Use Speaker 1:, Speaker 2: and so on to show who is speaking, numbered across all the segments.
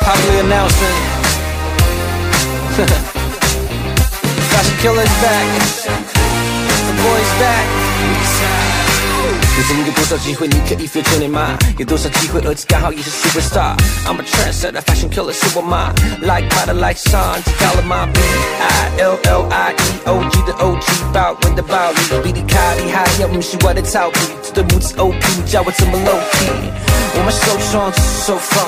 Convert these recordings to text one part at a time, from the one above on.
Speaker 1: public announcement. Fashion killer's back. The boy's back. 有这么多多少机会，你可以 feel 着你吗？有多少机会，儿子刚好也是 superstar。I'm a trendsetter, fashion killer 是我妈。Like butter, like sun，知道了吗？B I L L I E O G 的 O G，暴文的暴力，比你卡厉害，要不是我的套皮，这对母子 O P，叫我怎么 low key？我们手创，只是手放。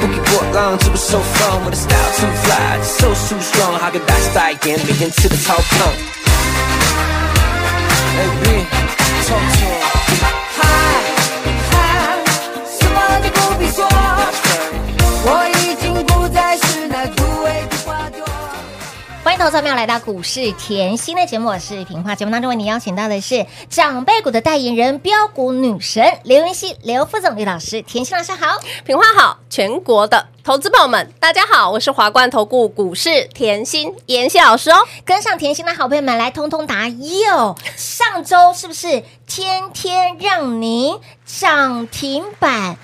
Speaker 1: 不给波浪，这不受放。我的 style too fly，so too strong，好个大时代，眼每天吃的超胖。哎，B，臭臭。
Speaker 2: 嗨，什么都不必说，我已经不再是那枯萎的花朵。
Speaker 3: 欢迎投资朋友来到股市甜心的节目，我是平花。节目当中为您邀请到的是长辈股的代言人标股女神刘云熙、刘副总、刘老师。甜心老师好，
Speaker 4: 品花好，全国的投资朋友们，大家好，我是华冠投顾股市甜心妍希老师哦。
Speaker 3: 跟上甜心的好朋友们来通通答哟。上周是不是天天让您涨停板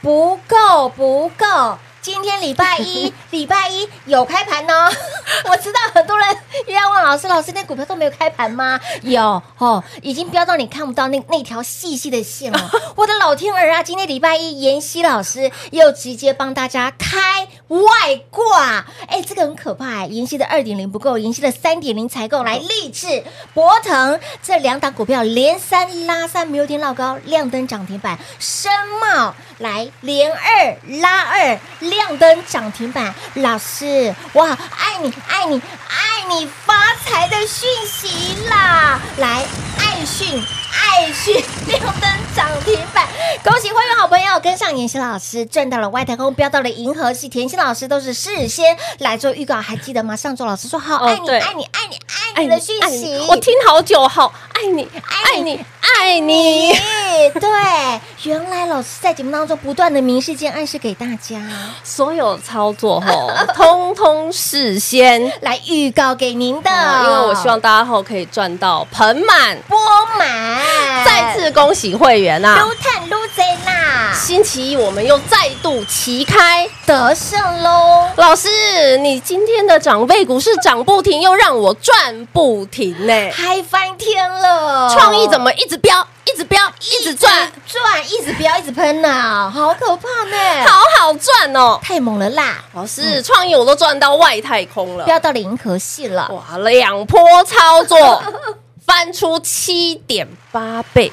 Speaker 3: 不够不够？今天礼拜一，礼拜一有开盘哦。 我知道很多人又要问老师，老师那股票都没有开盘吗？有哦，已经飙到你看不到那那条细细的线了。我的老天儿啊！今天礼拜一，妍希老师又直接帮大家开外挂，哎，这个很可怕、哎。妍希的二点零不够，妍希的三点零才够。来，励志、博腾这两档股票连三拉三，没有点老高，亮灯涨停板。深茂来连二拉二，亮灯涨停板。老师，我好爱你，爱你，爱你发财的讯息啦！来，爱讯。爱讯亮灯涨停板，恭喜会员好朋友跟上妍希老师，赚到了外太空，飙到了银河系。甜心老师都是事先来做预告，还记得吗？上周老师说好
Speaker 4: 哦
Speaker 3: 爱你，
Speaker 4: 对
Speaker 3: 爱你，爱你，哎爱你的讯
Speaker 4: 爱
Speaker 3: 息
Speaker 4: 你，哎我听好久，好爱你，爱你，爱你。
Speaker 3: 咦对，原来老师在节目当中不断的明示间暗示给大家，
Speaker 4: 所有操作 吼，通通事先，哦
Speaker 3: 来预告给您的，
Speaker 4: 因为我希望大家吼可以赚到盆 满。
Speaker 3: 播满，
Speaker 4: 再次恭喜会员啊！
Speaker 3: 撸探撸贼啦，
Speaker 4: 星期一我们又再度齐开。
Speaker 3: 得胜喽！
Speaker 4: 老师，你今天的长辈股市涨不停，又让我赚不停呢、
Speaker 3: 嗨翻天了！
Speaker 4: 创意怎么一直飙，一直飙，一直赚，
Speaker 3: 转，哦一直飙，一直喷呐、好可怕呢！
Speaker 4: 好好赚哦！
Speaker 3: 太猛了啦，
Speaker 4: 老师，创意我都赚到外太空了，
Speaker 3: 飙到了银河系了，
Speaker 4: 哇，两波操作 翻出七点八倍，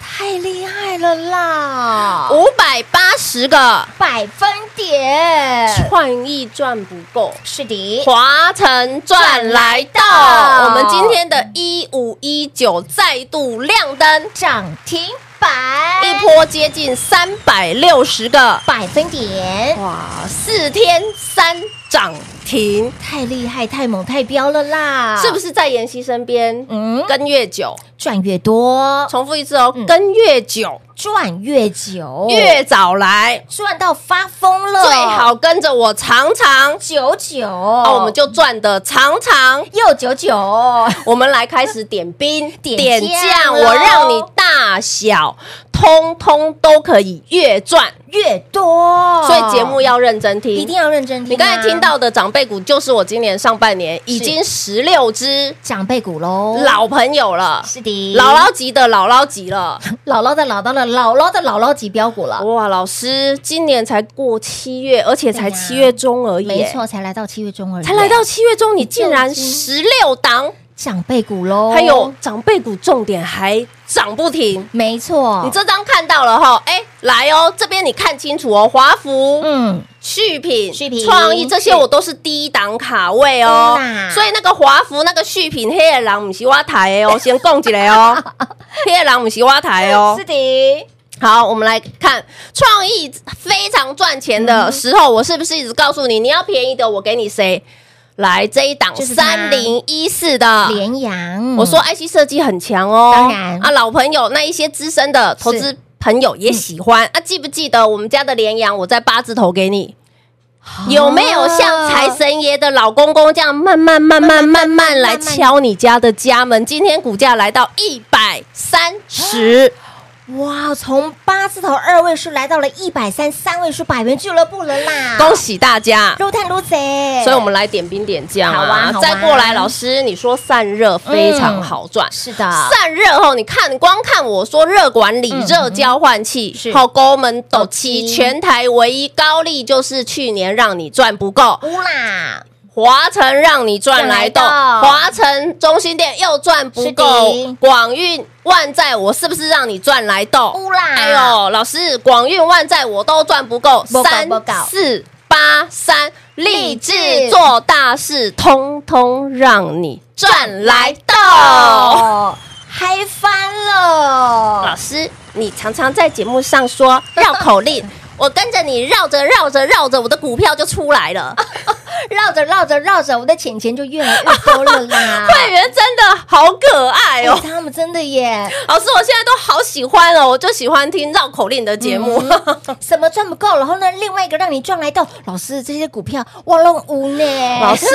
Speaker 3: 太厉害了啦！
Speaker 4: 五百八十个
Speaker 3: 百分点，
Speaker 4: 创意赚不够。
Speaker 3: 是的，
Speaker 4: 华晨赚来
Speaker 3: 赚来到
Speaker 4: 到，我们今天的一五一九再度亮灯，
Speaker 3: 涨停板
Speaker 4: 一波接近三百六十个，
Speaker 3: 百分点，
Speaker 4: 哇，四天三涨停，
Speaker 3: 太厉害，太猛，太飙了啦！
Speaker 4: 是不
Speaker 3: 是？
Speaker 4: 是在妍希身边？
Speaker 3: 啊嗯，
Speaker 4: 跟越久，
Speaker 3: 赚越多，
Speaker 4: 重复一次哦
Speaker 3: 嗯，哦
Speaker 4: 跟越久，
Speaker 3: 赚越久，
Speaker 4: 越早来，
Speaker 3: 赚到发疯了，
Speaker 4: 最好跟着我常常，
Speaker 3: 九九，
Speaker 4: 那我们就赚的 常常。
Speaker 3: 又九 九，
Speaker 4: 我们来开始点兵
Speaker 3: 点将
Speaker 4: 将，
Speaker 3: 喽
Speaker 4: 我让你大小通通都可以越赚，
Speaker 3: 越多，
Speaker 4: 所以节目要认真听，
Speaker 3: 哦一定。要认真听啊、
Speaker 4: 你刚才听到的长辈股，就是我今年上半年已经十六只
Speaker 3: 长辈股喽，
Speaker 4: 老朋友了，
Speaker 3: 哦是的，
Speaker 4: 姥姥级的姥姥级了。
Speaker 3: 姥姥的姥姥了，姥姥的姥姥级标股了，
Speaker 4: 哇，老师，今年才过七月，而且才
Speaker 3: 对呀
Speaker 4: 七月中而已，
Speaker 3: 没，错，才来到七月中而已，
Speaker 4: 才来到七月中，你竟
Speaker 3: 你
Speaker 4: 然
Speaker 3: 就已
Speaker 4: 十六档，
Speaker 3: 长辈股喽，
Speaker 4: 还有长辈股，重点还涨不停。
Speaker 3: 没错，
Speaker 4: 你这张看到了哈，哎，来哦，这边你看清楚哦，华孚、
Speaker 3: 嗯
Speaker 4: 旭品、
Speaker 3: 旭品
Speaker 4: 创意这些
Speaker 3: 是
Speaker 4: 我都是第一档卡位哦
Speaker 3: 对啦，
Speaker 4: 所以那个华孚、那个旭品、黑野狼不是我台的哦，先供起来哦，黑野狼不是我台的哦
Speaker 3: 是，的，
Speaker 4: 好，我们来看创意非常赚钱
Speaker 3: 嗯
Speaker 4: 的时候，我是不是一直告诉你，你要便宜的，我给你谁？来这一档
Speaker 3: 就是它
Speaker 4: 三零一四的
Speaker 3: 联阳，
Speaker 4: 啊我说 IC 设计很强
Speaker 3: 嗯
Speaker 4: 哦，
Speaker 3: 当然
Speaker 4: 啊，老朋友那一些资深的投资朋友也喜欢、啊，记不记得我们家的联阳，我在八字头给
Speaker 3: 啊
Speaker 4: 你。有没有像财神爷的老公公这样慢慢慢慢慢慢来敲你家的家门？今天股价来到一百三十，
Speaker 3: 哇，从八字头二位数来到了一百三三位数百元俱乐部了啦，
Speaker 4: 恭喜大家！
Speaker 3: 撸探撸贼，
Speaker 4: 所以我们来点兵点将
Speaker 3: 好啊
Speaker 4: 啊
Speaker 3: 好啊！
Speaker 4: 再过来，老师你说散热非常好赚，
Speaker 3: 嗯是的，
Speaker 4: 散热后，你看光看我说热管理、热交换器，
Speaker 3: 嗯是
Speaker 4: 好抠门斗
Speaker 3: 斗
Speaker 4: 气，
Speaker 3: 气
Speaker 4: 全台唯一高利就是去年让你赚不够，
Speaker 3: 乌啦，
Speaker 4: 华晨让你赚来斗，
Speaker 3: 赚来斗
Speaker 4: 华晨中心店又赚不
Speaker 3: 是的
Speaker 4: 够，广运万载我是不是让你赚来斗？
Speaker 3: 乌啦，
Speaker 4: 哎，呦，老师，广运万载我都赚不够，
Speaker 3: 不够
Speaker 4: 三
Speaker 3: 不够
Speaker 4: 四八三，
Speaker 3: 励
Speaker 4: 立
Speaker 3: 志
Speaker 4: 志做大事，通通让你赚来 斗。
Speaker 3: 哦，嗨翻了
Speaker 4: 老，师，你常常在节目上说绕 口令，我跟着你绕着绕着绕着，我的股票就出 来了。
Speaker 3: 绕着绕着绕着，我的钱钱就越来越多了 啦，
Speaker 4: 会员真的好可爱
Speaker 3: 哎
Speaker 4: 哦，
Speaker 3: 他们真的耶，
Speaker 4: 老师，我现在都好喜欢哦，我就喜欢听绕口令的节目。
Speaker 3: 什么赚不够，然后呢，另外一个让你赚来到，老师这些股票我弄五呢，
Speaker 4: 老师，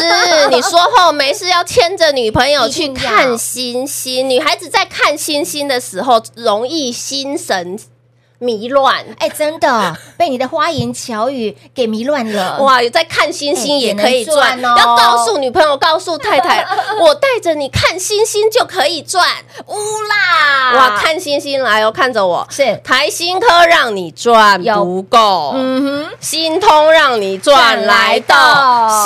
Speaker 4: 你说后没事要牵着女朋 友去看星星，女孩子在看星星的时候容易心神迷乱。
Speaker 3: 哎，真的被你的花言巧语给迷乱了。
Speaker 4: 哇，有在看星星也可以赚，
Speaker 3: 也能赚哦
Speaker 4: 要告诉女朋友，告诉太 太，我带着你看星星就可以赚。
Speaker 3: 乌啦！
Speaker 4: 哇，看星星来哦，看着我。
Speaker 3: 是，
Speaker 4: 台新科让你赚不够，
Speaker 3: 嗯哼，
Speaker 4: 新通让你赚
Speaker 3: 赚
Speaker 4: 来
Speaker 3: 来
Speaker 4: 到，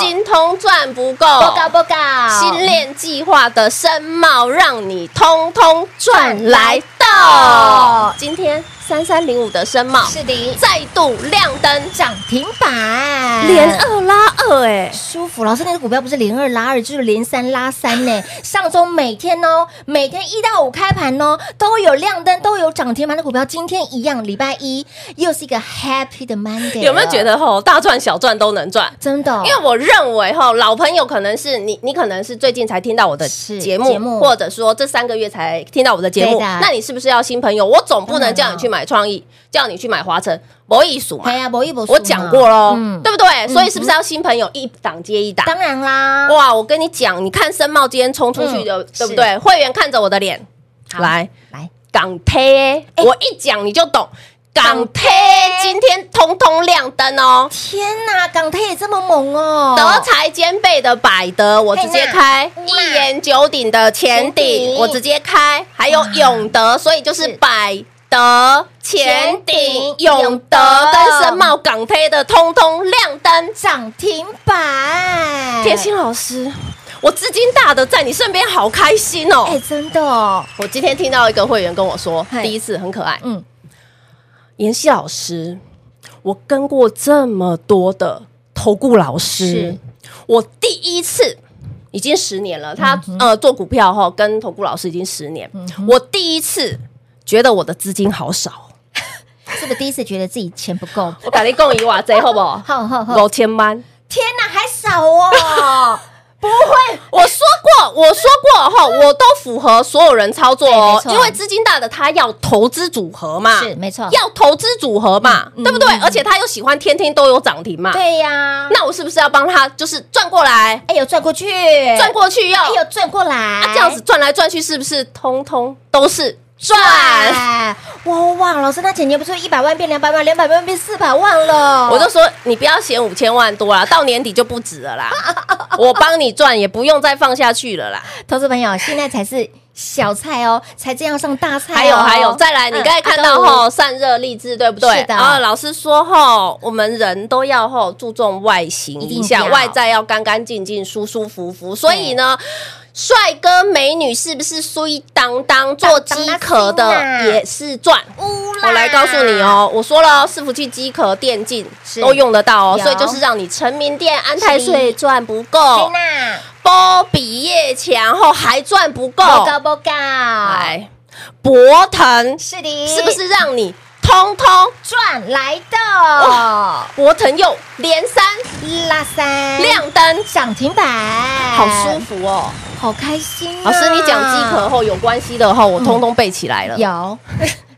Speaker 3: 的
Speaker 4: 新通赚不够，
Speaker 3: 报告报告，
Speaker 4: 新链计划的申茂让你通通赚来
Speaker 3: 哦
Speaker 4: 到。今天三三零五的申茂
Speaker 3: 是的，
Speaker 4: 再度亮灯，
Speaker 3: 涨停板
Speaker 4: 连二拉二哎。
Speaker 3: 舒服。老师，那个股票不是连二拉二，就是连三拉三 呢。上周每天哦，每天一到五开盘哦，都有亮灯，都有涨停板的股票，今天一样，礼拜一又是一个 happy 的 Monday 了。
Speaker 4: 有没有觉得吼大赚小赚都能赚？
Speaker 3: 真的？
Speaker 4: 因为我认为哈，老朋友可能是你，你可能是最近才听到我的
Speaker 3: 是
Speaker 4: 节
Speaker 3: 节目
Speaker 4: 目，或者说这三个月才听到我的节目，
Speaker 3: 对的
Speaker 4: 那你是不是要新朋友？我总不能
Speaker 3: 当然了
Speaker 4: 叫你去买创意，叫你去买华晨，博艺术嘛
Speaker 3: 哎，呀，博一博，
Speaker 4: 我讲过喽，
Speaker 3: 嗯，
Speaker 4: 对不对？所以是不是要新朋友一档接一档？
Speaker 3: 当然嗯啦，
Speaker 4: 哇，我跟你讲，你看申茂今天冲出去的，对不对？会员看着我的脸，来
Speaker 3: 来，
Speaker 4: 港贴，我一讲你就懂。港
Speaker 3: 哎港
Speaker 4: 贴今天通通亮灯哦，
Speaker 3: 天哪，港台也这么猛哦，
Speaker 4: 德才兼备的百德，我直接开
Speaker 3: 嘿那
Speaker 4: 一言九鼎的前
Speaker 3: 前
Speaker 4: 鼎，
Speaker 3: 鼎
Speaker 4: 我直接开，还有永德，所以就是百德、前鼎
Speaker 3: 前、鼎
Speaker 4: 永德
Speaker 3: 永德
Speaker 4: 跟申茂港推的，通通亮灯。
Speaker 3: 涨停板，
Speaker 4: 铁心老师，我资金大的在你身边，好开心
Speaker 3: 哎、
Speaker 4: 哦！
Speaker 3: 真的哦，
Speaker 4: 我今天听到一个会员跟我说
Speaker 3: 嘿，
Speaker 4: 第一次很可爱，
Speaker 3: 嗯，
Speaker 4: 妍希老师，我跟过这么多的投顾老师
Speaker 3: 是，
Speaker 4: 我第一次已经十年了，他、
Speaker 3: 嗯
Speaker 4: 呃做股票哈，跟投顾老师已经十年，我第一次觉得我的资金好少，
Speaker 3: 是不是第一次觉得自己钱不够？
Speaker 4: 我跟你共一瓦贼好不 好？
Speaker 3: 好好好，
Speaker 4: 五千万。
Speaker 3: 天哪，还少哦， 不会，
Speaker 4: 我说过，我说过哈，我都符合所有人操作
Speaker 3: 对没
Speaker 4: 哦，
Speaker 3: 错
Speaker 4: 因为资金大的他要投资组合嘛，
Speaker 3: 是没错
Speaker 4: 要投资组合嘛，
Speaker 3: 嗯
Speaker 4: 对不对？而且他又喜欢天天都有涨停嘛，
Speaker 3: 对啊呀、
Speaker 4: 那我是不是要帮他就是转过来，
Speaker 3: 哎呦转过去，
Speaker 4: 转，过去又
Speaker 3: 哎呦转过来，
Speaker 4: 啊这样子转来转去，是不是通通都是赚？
Speaker 3: 转，哇哇，老师，那姐姐不是一百万变两百万，两百万变四百万了？
Speaker 4: 我就说你不要嫌五千万多啦，到年底就不止了啦，我帮你赚也不用再放下去了啦。
Speaker 3: 投资朋友，现在才是小菜哦，才正要上大菜、哦，
Speaker 4: 还有还有，再来，你
Speaker 3: 嗯
Speaker 4: 刚才看
Speaker 3: 阿
Speaker 4: 到
Speaker 3: 东吴
Speaker 4: 吼散热励志，对不对？
Speaker 3: 是的
Speaker 4: 然后老师说吼，我们人都要吼注重外形
Speaker 3: 一定
Speaker 4: 一下，
Speaker 3: 要
Speaker 4: 外在要干干净净、舒舒服服。所以呢，帅哥美女是不是水当当做
Speaker 3: 当
Speaker 4: 机
Speaker 3: 当
Speaker 4: 壳的
Speaker 3: 心啊
Speaker 4: 也是赚？
Speaker 3: 乌啦
Speaker 4: 我来告诉你，哦，我说了哦，伺服器、机壳、电竞
Speaker 3: 是
Speaker 4: 都用得到哦，
Speaker 3: 有
Speaker 4: 所以就是让你成名店、安泰税赚不
Speaker 3: 天
Speaker 4: 够，
Speaker 3: 哪，
Speaker 4: 波比夜强后还赚不够，
Speaker 3: 报告报告，
Speaker 4: 来博腾
Speaker 3: 是的，
Speaker 4: 哎是不？是让你通通通
Speaker 3: 赚来
Speaker 4: 哇
Speaker 3: 的，
Speaker 4: 博腾又连三
Speaker 3: 拉三
Speaker 4: 亮灯，
Speaker 3: 涨停板，哎
Speaker 4: 好舒，服哦。
Speaker 3: 好开心啊。
Speaker 4: 老师，你讲机壳后有关系的后，我通通背起来了。
Speaker 3: 嗯有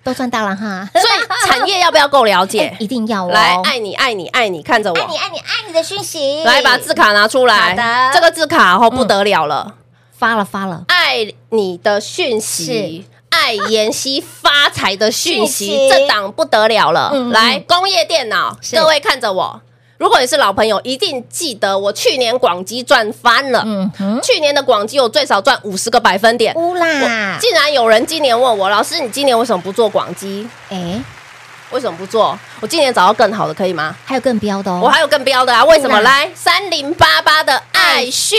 Speaker 3: 都赚到了哈，
Speaker 4: 所以产业要不要够了解
Speaker 3: 哎？一定要哦
Speaker 4: 来，爱你，爱你，爱你，看着
Speaker 3: 爱你
Speaker 4: 我，
Speaker 3: 爱你爱你的讯息，
Speaker 4: 来把字卡拿出来。
Speaker 3: 好的嗯
Speaker 4: 这个字卡后不得了了，
Speaker 3: 发了发了，
Speaker 4: 爱你的讯息。爱妍希发财的讯
Speaker 3: 讯
Speaker 4: 息，
Speaker 3: 息
Speaker 4: 这档不得了了！
Speaker 3: 嗯嗯
Speaker 4: 来，工业电脑，
Speaker 3: 是
Speaker 4: 各位看着我。如果你是老朋友，一定记得我去年广基赚翻了。
Speaker 3: 嗯哼，
Speaker 4: 去年的广基我最少赚五十个百分点。
Speaker 3: 乌啦，
Speaker 4: 竟然有人今年问我，老师，你今年为什么不做广基？
Speaker 3: 哎，
Speaker 4: 为什么不做？我今年找到更好的，可以吗？
Speaker 3: 还有更标的哦，
Speaker 4: 我还有更标的啊！为什么
Speaker 3: 嗯啊哎
Speaker 4: 来三零八八的爱讯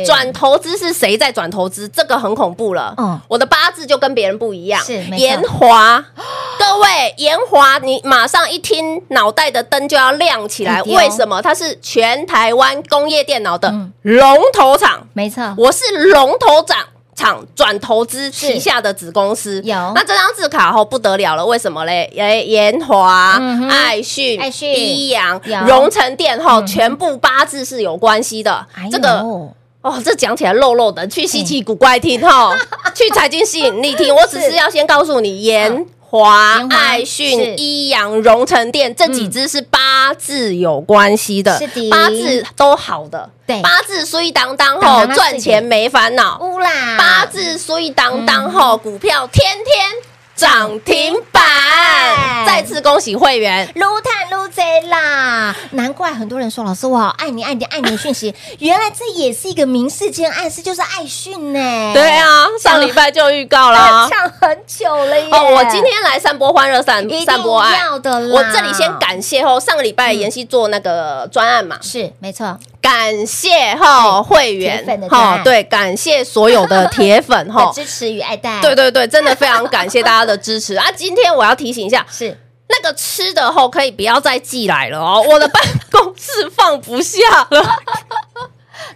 Speaker 3: 是
Speaker 4: 转投资是谁在转投资？这个很恐怖了。
Speaker 3: 嗯
Speaker 4: 我的八字就跟别人不一样。
Speaker 3: 是没错
Speaker 4: 延华， 各位延华，你马上一听，脑袋的灯就要亮起来。
Speaker 3: 一定哦
Speaker 4: 为什么？它是全台湾工业电脑的
Speaker 3: 嗯
Speaker 4: 龙头厂。
Speaker 3: 没错，
Speaker 4: 我是龙头长厂转投资旗下的子公司，
Speaker 3: 有
Speaker 4: 那这张字卡后不得了了，为什么嘞？诶，延华
Speaker 3: 嗯、哼
Speaker 4: 爱讯、
Speaker 3: 爱讯
Speaker 4: 一阳
Speaker 3: 有、嗯
Speaker 4: 荣成店后，全部八字是有关系的
Speaker 3: 哎。
Speaker 4: 这个
Speaker 3: 呦
Speaker 4: 哦，这讲起来肉肉的，去稀奇
Speaker 3: 嗯
Speaker 4: 古怪听 哈，去财经吸引力听。我只是要先告诉你，延华
Speaker 3: 延、华嗯
Speaker 4: 爱
Speaker 3: 是嗯
Speaker 4: 讯、一阳、荣成店这几只是八字有关系的
Speaker 3: 是的，
Speaker 4: 八字都好的，
Speaker 3: 对
Speaker 4: 八字虽当当
Speaker 3: 当
Speaker 4: 后
Speaker 3: 然它是
Speaker 4: 赚钱
Speaker 3: 的
Speaker 4: 没烦恼，
Speaker 3: 乌啦，
Speaker 4: 八字虽当当
Speaker 3: 嗯
Speaker 4: 后股票天天涨停板。
Speaker 3: 哎
Speaker 4: 再次恭喜会员，
Speaker 3: 撸探撸贼啦！难怪很多人说老师我好爱你爱你爱你的讯息， 原来这也是一个明示兼暗示，就是爱讯呢、
Speaker 4: 对啊，上礼拜就预告啦。
Speaker 3: 唱很久了哎耶！
Speaker 4: 哦，我今天来散播欢乐，散
Speaker 3: 一定
Speaker 4: 散播爱，
Speaker 3: 要的啦
Speaker 4: 我这里先感谢哦，上个礼拜妍希做那个专案嘛，
Speaker 3: 是没错，
Speaker 4: 感谢哈会
Speaker 3: 铁粉
Speaker 4: 员
Speaker 3: 的专
Speaker 4: 哈
Speaker 3: 案，
Speaker 4: 对，感谢所有的铁粉哈
Speaker 3: 的。支持与爱戴，
Speaker 4: 哦对对对，真的非常感谢大家的支持啊！今天我要提醒一下，
Speaker 3: 是
Speaker 4: 那个吃的后可以不要再寄来了哦，我的办公室放不下了。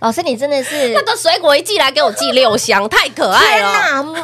Speaker 3: 老师你真的是
Speaker 4: 那个水果一寄来给我寄六箱，太可爱
Speaker 3: 天
Speaker 4: 了。
Speaker 3: 哪，猛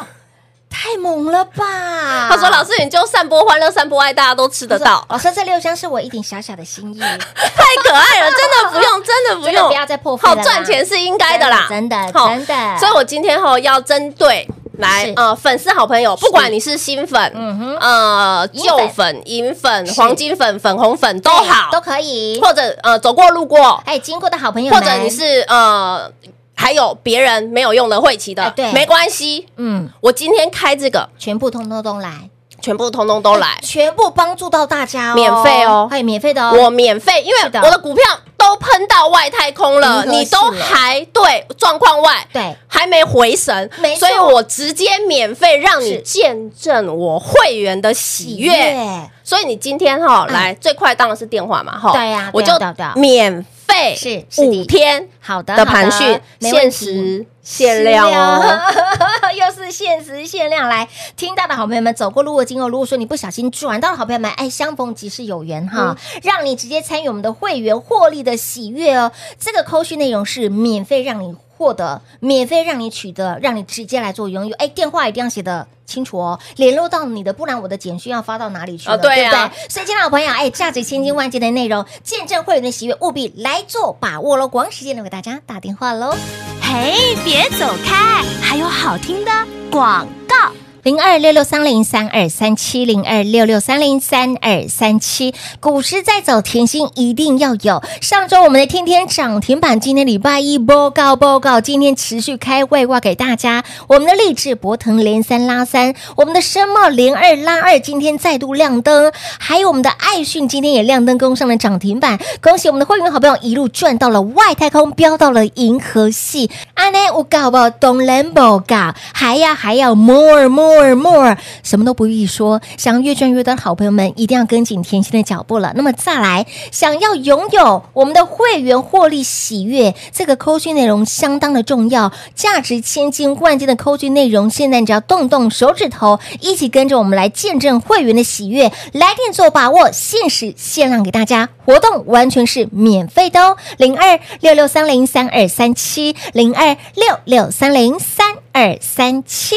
Speaker 3: 太猛了吧！
Speaker 4: 他说：“老师，你就散播欢乐，散播爱，大家都吃得
Speaker 3: 他说
Speaker 4: 到，
Speaker 3: 老师这六箱是我一点小小的 心意，
Speaker 4: 太可爱了，真的不用，真的不
Speaker 3: 真的
Speaker 4: 用，
Speaker 3: 不要再破费
Speaker 4: 好
Speaker 3: 了啦
Speaker 4: 赚钱是应该的啦，
Speaker 3: 真的
Speaker 4: 好
Speaker 3: 真的，
Speaker 4: 所以我今天吼要针对来
Speaker 3: 哎是
Speaker 4: 呃粉丝好朋友，不管你是新粉，
Speaker 3: 嗯哼
Speaker 4: 呃
Speaker 3: 银粉
Speaker 4: 旧粉、银粉、
Speaker 3: 是
Speaker 4: 黄金粉、粉红粉都好，
Speaker 3: 哎都可以，
Speaker 4: 或者呃走过路过，
Speaker 3: 哎，经过的好朋友
Speaker 4: 或
Speaker 3: 们，
Speaker 4: 者你是呃还有别人没有用的晦气
Speaker 3: 哎
Speaker 4: 的
Speaker 3: 对，
Speaker 4: 没关系，
Speaker 3: 嗯，
Speaker 4: 我今天开这个，
Speaker 3: 全部通通都来，哎
Speaker 4: 全部通通都来，
Speaker 3: 全部帮助到大家哦，
Speaker 4: 免费哦
Speaker 3: 还有免费的哦，
Speaker 4: 我免费，因为
Speaker 3: 是的
Speaker 4: 我的股票都喷到外太空了，
Speaker 3: 银河系
Speaker 4: 你都
Speaker 3: 了
Speaker 4: 还对状况外，
Speaker 3: 对，
Speaker 4: 还没回神
Speaker 3: 没，错
Speaker 4: 所以我直接免费让你
Speaker 3: 是
Speaker 4: 见证我会员的喜悦。所以你今天哈
Speaker 3: 嗯
Speaker 4: 来最快当然是电话嘛哈，
Speaker 3: 对呀
Speaker 4: 我
Speaker 3: 对呀
Speaker 4: 就
Speaker 3: 对啊呀对呀
Speaker 4: 免费
Speaker 3: 是是的
Speaker 4: 五天
Speaker 3: 好的
Speaker 4: 的盘
Speaker 3: 好
Speaker 4: 讯
Speaker 3: 的，没问
Speaker 4: 限
Speaker 3: 题
Speaker 4: 时限量哦。
Speaker 3: 哦， 又是限时限量来。听到的好朋友们，走过路过经过，如果说你不小心转到的好朋友们，哎，相逢即是有缘哈，
Speaker 4: 嗯
Speaker 3: 让你直接参与我们的会员获利的喜悦哦。这个扣讯内容是免费让你。获得免费让你取得，让你直接来做拥有。哎，电话一定要写的清楚哦，联络到你的，不然我的简讯要发到哪里去了？
Speaker 4: 哦对
Speaker 3: 不
Speaker 4: 啊
Speaker 3: 对？所以，亲爱的朋友，哎，价值千金万金的内容，见证会员的喜悦，务必来做把握喽！广告时间留给大家打电话喽。
Speaker 5: 嘿，别走开，还有好听的广告。
Speaker 3: 零二六六三零三二三七零二六六三零三二三七，股市在走，甜心一定要有。上周我们的天天涨停板，今天礼拜一报告报告，今天持续开外挂给大家。我们的励志博腾连三拉三，我们的深茂连二拉二，今天再度亮灯，还有我们的爱讯今天也亮灯攻上了涨停板，恭喜我们的会员好朋友一路赚到了外太空，飙到了银河系。安内我搞不懂 Lambo 搞，还要还要 more more more，什么都不必说，想要越赚越多的好朋友们，一定要跟紧甜心的脚步了。那么再来，想要拥有我们的会员获利喜悦，这个扣讯内容相当的重要，价值千金万金的扣讯内容，现在你只要动动手指头，一起跟着我们来见证会员的喜悦，来电做把握，限时限量给大家，活动完全是免费的哦，零二六六三零三二三七零二六六三零三二三七。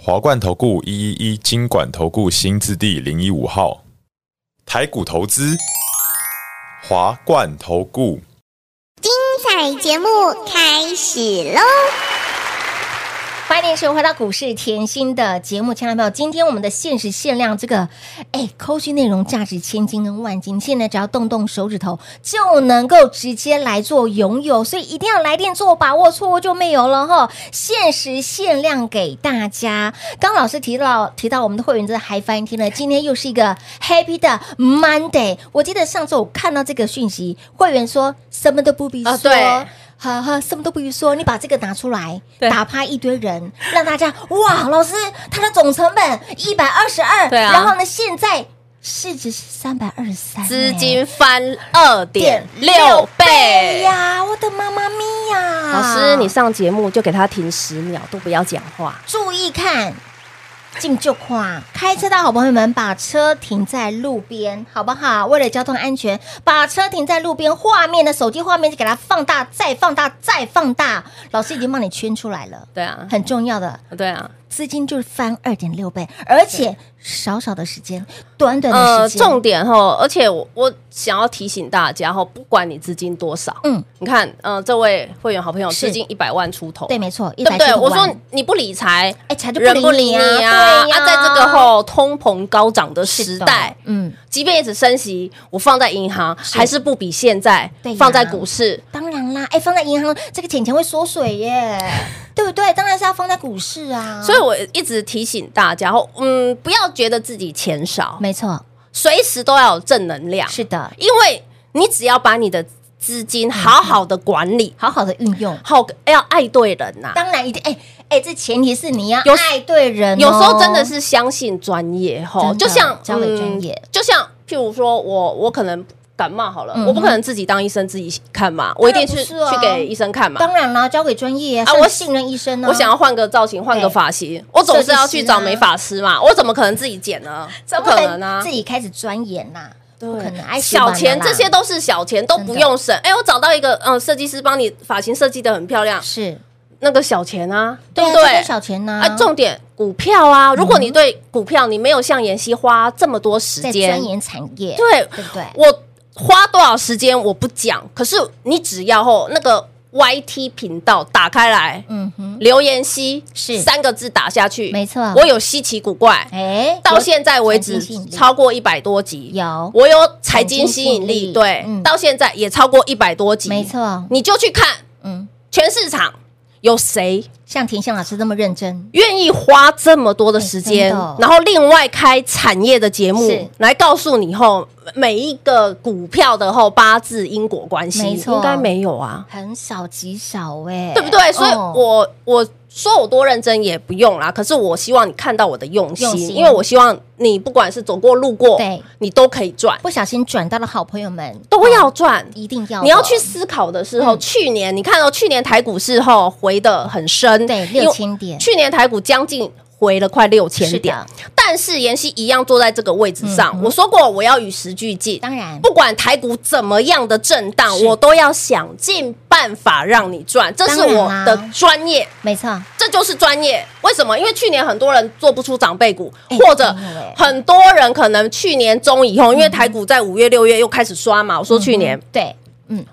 Speaker 6: 华冠投顾一一一金管投顾新字第零一五号，台股投资，华冠投顾。
Speaker 7: 彩节目开始喽！
Speaker 3: 欢迎收回到股市甜心的节目，亲爱的朋友，今天我们的限时限量这个，哎，扣讯内容价值千金跟万金，现在只要动动手指头就能够直接来做拥有，所以一定要来电做把握，错过就没有了哈！限时限量给大家。刚老师提到提到我们的会员真的嗨翻天了，今天又是一个 happy 的 Monday。我记得上周我看到这个讯息，会员说什么都不必说。
Speaker 4: 啊对
Speaker 3: 呵呵，什么都不必说，你把这个拿出来，
Speaker 4: 对
Speaker 3: 打趴一堆人， 让大家哇，老师他的总成本一百二十二，
Speaker 4: 对啊
Speaker 3: 然后呢，现在市值是三百二十三，
Speaker 4: 资金翻二点六
Speaker 3: 倍
Speaker 4: 倍。
Speaker 3: 哎呀，我的妈妈咪呀！
Speaker 4: 老师，你上节目就给他停十秒，都不要讲话。
Speaker 3: 注意看。进就跨，开车的好朋友们，把车停在路边，好不好？为了交通安全，把车停在路边。画面的手机画面就给它放大，再放大，再放大。老师已经帮你圈出来了，
Speaker 4: 对啊，
Speaker 3: 很重要的。
Speaker 4: 对啊，
Speaker 3: 资金就是翻二点六倍，而且少少的时间，短短的
Speaker 4: 呃，
Speaker 3: 时间，
Speaker 4: 重点哈，而且我我想要提醒大家哈，不管你资金多少，
Speaker 3: 嗯，
Speaker 4: 你看，呃，这位会员好朋友
Speaker 3: 是
Speaker 4: 资金一百万出头，
Speaker 3: 对，没错，一
Speaker 4: 对不
Speaker 3: 百
Speaker 4: 对？我说你不理财，
Speaker 3: 哎才就不
Speaker 4: 人不
Speaker 3: 理
Speaker 4: 理
Speaker 3: 你
Speaker 4: 你
Speaker 3: 啊
Speaker 4: 啊！
Speaker 3: 对呀
Speaker 4: 啊，在这个后通膨高涨的时代，
Speaker 3: 嗯，
Speaker 4: 即便一直升息，我放在银行还是不比现在
Speaker 3: 对呀
Speaker 4: 放在股市。
Speaker 3: 当然啦，哎，放在银行这个钱钱会缩水 耶，对不对？当然是要放在股市啊，
Speaker 4: 所以我一直提醒大家，哦嗯，不要觉得自己钱少，
Speaker 3: 没错，
Speaker 4: 随时都要有正能量，
Speaker 3: 是的，
Speaker 4: 因为你只要把你的资金好好的管理，
Speaker 3: 好好的运用，
Speaker 4: 好要爱对人呐、
Speaker 3: 当然一定，哎哎，这前提是你要
Speaker 4: 有
Speaker 3: 爱对人哦，
Speaker 4: 有时候真的是相信专业吼，
Speaker 3: 真的
Speaker 4: 就像嗯
Speaker 3: 交给专业
Speaker 4: 就像譬如说我我可能感冒好了，
Speaker 3: 嗯哼
Speaker 4: 我不可能自己当医生自己看嘛，我一定去
Speaker 3: 不是啊
Speaker 4: 去给医生看嘛。
Speaker 3: 当然啦，交给专业啊
Speaker 4: 啊，我
Speaker 3: 我信任医生呢，
Speaker 4: 我想要换个造型，换个发型，我总是要
Speaker 3: 设计
Speaker 4: 去
Speaker 3: 师啊
Speaker 4: 找美发师嘛，我怎么可能自己剪呢？
Speaker 3: 怎
Speaker 4: 不
Speaker 3: 么
Speaker 4: 可能啊
Speaker 3: 自！己开始钻研呐，啊不可能，哎，
Speaker 4: 小钱这些都是小钱，都
Speaker 3: 真
Speaker 4: 不
Speaker 3: 的
Speaker 4: 用省。哎，我找到一个嗯设计师帮你发型设计的很漂亮，
Speaker 3: 是，
Speaker 4: 那个小钱啊，
Speaker 3: 对啊，嗯
Speaker 4: 对不
Speaker 3: 这
Speaker 4: 对
Speaker 3: 些？小钱呢，
Speaker 4: 啊，重点股票啊，如果你对股票你没有像妍希花这么多时
Speaker 3: 在
Speaker 4: 间
Speaker 3: 钻，研产业，
Speaker 4: 对啊
Speaker 3: 对不对？
Speaker 4: 我花多少时间我不讲，可是你只要吼那个 YT 频道打开来，
Speaker 3: 嗯哼，
Speaker 4: 留言息
Speaker 3: 是
Speaker 4: 三个字打下去，
Speaker 3: 没错
Speaker 4: 我有稀奇古怪，
Speaker 3: 哎，
Speaker 4: 到现在为
Speaker 3: 有
Speaker 4: 止
Speaker 3: 财经吸引力
Speaker 4: 超过一百多集，
Speaker 3: 有
Speaker 4: 我有财经吸引
Speaker 3: 财经吸引力
Speaker 4: 力，对
Speaker 3: 嗯，
Speaker 4: 到现在也超过一百多集，
Speaker 3: 没，错，
Speaker 4: 你就去看
Speaker 3: 嗯，
Speaker 4: 全市场有谁
Speaker 3: 像田香老师这么认真，
Speaker 4: 愿意花这么多的时
Speaker 3: 哎
Speaker 4: 间，
Speaker 3: 真的哦
Speaker 4: 然后另外开产业的节
Speaker 3: 是
Speaker 4: 目来告诉你后每一个股票的后八字因果关系，
Speaker 3: 没错
Speaker 4: 应该没有啊，
Speaker 3: 很少极少哎，
Speaker 4: 对不对？所以
Speaker 3: 哦
Speaker 4: 我、我说我多认真也不用啦，可是我希望你看到我的用心，
Speaker 3: 用心
Speaker 4: 因为我希望你不管是走过路过
Speaker 3: 对，
Speaker 4: 你都可以赚，
Speaker 3: 不小心转到了好朋友们，哦
Speaker 4: 都要赚。
Speaker 3: 一定要
Speaker 4: 你要
Speaker 3: 的
Speaker 4: 去思考的时候，
Speaker 3: 嗯
Speaker 4: 去年你看到、哦去年台股市后回的很深，
Speaker 3: 对
Speaker 4: 因为
Speaker 3: 6000点
Speaker 4: 去年台股将近回了快六
Speaker 3: 是
Speaker 4: 千点
Speaker 3: 的，嗯
Speaker 4: 但是妍希一样坐在这个位置上。我说过，我要与时俱进，
Speaker 3: 当然
Speaker 4: 不管台股怎么样的震荡，
Speaker 3: 是
Speaker 4: 我都要想尽办法让你赚，这是
Speaker 3: 当然
Speaker 4: 我
Speaker 3: 啦
Speaker 4: 的专业。
Speaker 3: 没错，
Speaker 4: 这就是专业。为什么？因为去年很多人做不出长辈股，
Speaker 3: 哎
Speaker 4: 或者
Speaker 3: 真的哎嗯
Speaker 4: 很多人可能去年中以后，因为台股在五月、六月又开始刷嘛。我说去年
Speaker 3: 对。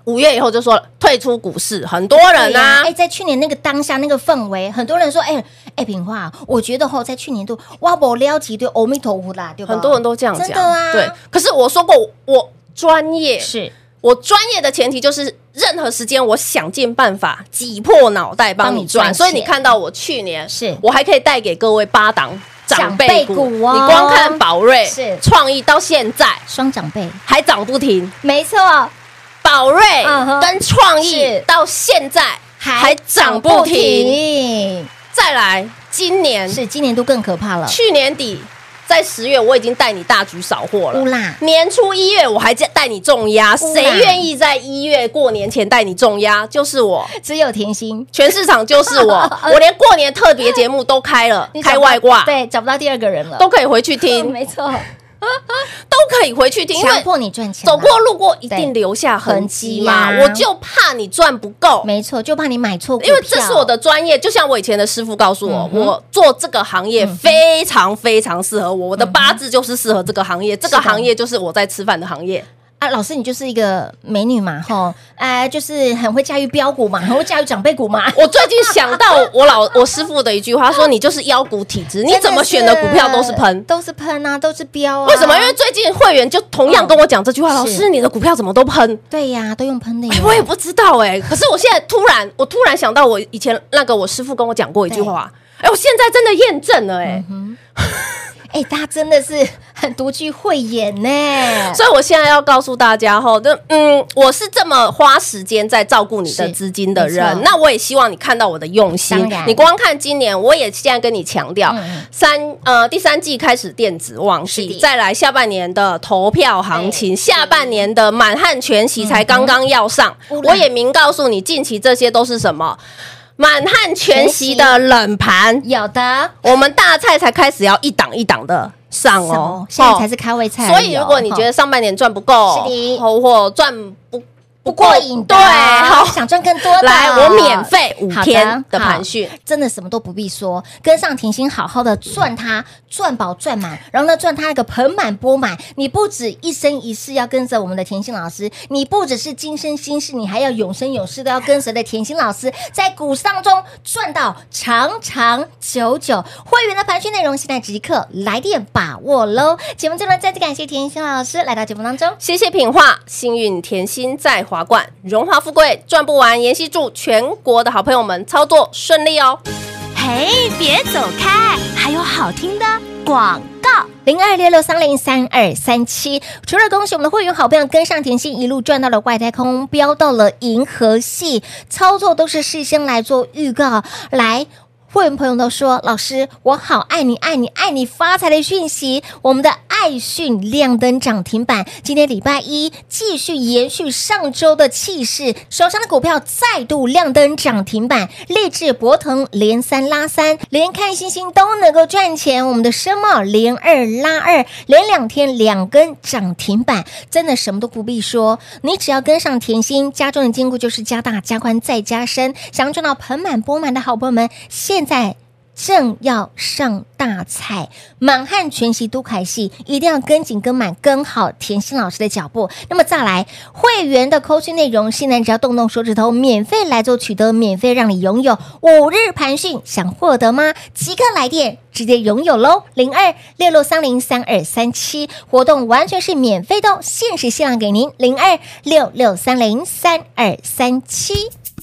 Speaker 4: 五月以后就说了退出股市，很多人
Speaker 3: 对呀
Speaker 4: 啊
Speaker 3: 哎、，在去年那个当下那个氛围，很多人说，哎、哎，品化，我觉得吼，在去年度哇，我撩起对阿弥陀佛啦，对吧？
Speaker 4: 很多人都这样讲
Speaker 3: 真的啊，
Speaker 4: 对，可是我说过，我专业，
Speaker 3: 是
Speaker 4: 我专业的前提就是任何时间我想尽办法挤破脑袋帮
Speaker 3: 帮你
Speaker 4: 你
Speaker 3: 赚
Speaker 4: 赚。所以你
Speaker 3: 钱
Speaker 4: 看到我去年
Speaker 3: 是
Speaker 4: 我还可以带给各位八档长辈股，
Speaker 3: 长辈股哦
Speaker 4: 你光看宝瑞、
Speaker 3: 是
Speaker 4: 创意到现在。
Speaker 3: 双长辈，
Speaker 4: 还涨不停，
Speaker 3: 没错，
Speaker 4: 宝瑞
Speaker 3: 嗯哼
Speaker 4: 跟创意
Speaker 3: 是
Speaker 4: 到现在还涨不停。
Speaker 3: 停，
Speaker 4: 再来，今年
Speaker 3: 是今年度更可怕了，
Speaker 4: 去年底在十月，我已经带你大举扫货
Speaker 3: 乌
Speaker 4: 了。
Speaker 3: 啦，
Speaker 4: 年初一月我还在带你重压，
Speaker 3: 乌啦
Speaker 4: 谁愿意在一月过年前带你重压？就 是我，
Speaker 3: 只有甜心，
Speaker 4: 全市场就 是我，我连过年特别节目都开了
Speaker 3: 你，找
Speaker 4: 开
Speaker 3: 不到
Speaker 4: 外挂，
Speaker 3: 对，找不到第二个人了，嗯
Speaker 4: 都可以回去听。
Speaker 3: 没错，
Speaker 4: 都可以回去听，因
Speaker 3: 强
Speaker 4: 为
Speaker 3: 迫你赚钱啊，
Speaker 4: 走过路过一
Speaker 3: 对
Speaker 4: 定留下痕迹嘛
Speaker 3: 痕迹。啊
Speaker 4: 我就怕你赚不够，
Speaker 3: 没错，就怕你买错股票，
Speaker 4: 因为这是我的专业，就像我以前的师傅告诉我
Speaker 3: 嗯，哼嗯
Speaker 4: 我做这个行业非常非常适合我，我的八字就是适合这个行业，这
Speaker 3: 是
Speaker 4: 个
Speaker 3: 的
Speaker 4: 行业就是我在吃饭的行业。
Speaker 3: 啊，老师你就是一个美女嘛，吼，哎，就是很会驾驭标股嘛，很会驾驭长辈股 嘛，
Speaker 4: 我最近想到我老我师傅的一句话，说你就是腰股体质，你怎么选的股票都是
Speaker 3: 真的
Speaker 4: 喷。
Speaker 3: 都是喷啊，都是标啊，
Speaker 4: 为什么？因为最近会员就同样跟我讲这句话，老
Speaker 3: 是
Speaker 4: 师你的股票怎么都喷？
Speaker 3: 对呀，都用喷的
Speaker 4: 哎
Speaker 3: 耶，，
Speaker 4: 我也不知道哎、可是我现在突然，我突然想到我以前那个我师傅跟我讲过一句话，哎、我现在真的验证了哎、
Speaker 3: 哎，他真的是很独具慧眼呢，
Speaker 4: 所以我现在要告诉大家哈，就嗯，我是这么花时间在照顾你的
Speaker 3: 是
Speaker 4: 资金的
Speaker 3: 没错
Speaker 4: 人，那我也希望你看到我的用心
Speaker 3: 当然。
Speaker 4: 你光看今年，我也现在跟你强调
Speaker 3: 嗯嗯，
Speaker 4: 三呃第三季开始电子旺
Speaker 3: 是
Speaker 4: 季
Speaker 3: 的，
Speaker 4: 再来下半年的投票行情，下半年的满汉全席才刚刚要上
Speaker 3: 嗯，
Speaker 4: 我也明告诉你，近期这些都是什么满汉全席的冷盘，
Speaker 3: 有的
Speaker 4: 我们大菜才开始要一档一档的上哦，
Speaker 3: 现在
Speaker 4: 哦
Speaker 3: 才是开胃菜而已哦，
Speaker 4: 所以如果你觉得
Speaker 3: 吼
Speaker 4: 上半年赚不够，
Speaker 3: 是的
Speaker 4: 或或赚不
Speaker 3: 不过瘾的，啊
Speaker 4: 对，好，
Speaker 3: 想赚更多的，
Speaker 4: 来我免费五
Speaker 3: 好
Speaker 4: 天的盘
Speaker 3: 好
Speaker 4: 训，
Speaker 3: 真的什么都不必说，跟上甜心，好好的赚它，赚饱赚满，然后呢赚它那个盆满钵满。你不止一生一世要跟着我们的甜心老师，你不只是今生今世，你还要永生永世都要跟随的甜心老师，在股市当中赚到长长久久。会员的盘训内容现在即刻来电把握喽！节目最后呢再次感谢甜心老师来到节目当中。
Speaker 4: 谢谢品画，幸运甜心在华冠，荣华富贵赚不完。妍希祝全国的好朋友们操作顺利哦。
Speaker 5: 嘿，别走开，还有好听的广告。
Speaker 3: 零二六六三零三二三七。除了恭喜我们的会员好朋友跟上甜心一路赚到了外太空，飙到了银河系，操作都是事先来做预告，来。会员朋友都说：“老师，我好爱你，爱你，爱你！”发财的讯息，我们的爱讯亮灯涨停板。今天礼拜一继续延续上周的气势，手上的股票再度亮灯涨停板，励志博腾连三拉三，连看星星都能够赚钱。我们的深茂连二拉二，连两天两根涨停板，真的什么都不必说，你只要跟上甜心，家中的坚固就是加大、加宽再加深。想要赚到盆满钵满的好朋友们，现在。正要上大菜，满汉全席都凯戏，一定要跟紧、跟满、跟好甜心老师的脚步。那么再来，会员的扣讯内容，现在只要动动手指头，免费来做取得，免费让你拥有五日盘讯，想获得吗？即刻来电，直接拥有喽！零二六六三零三二三七，活动完全是免费的、哦，限时限量给您，零二六六三零三二三七。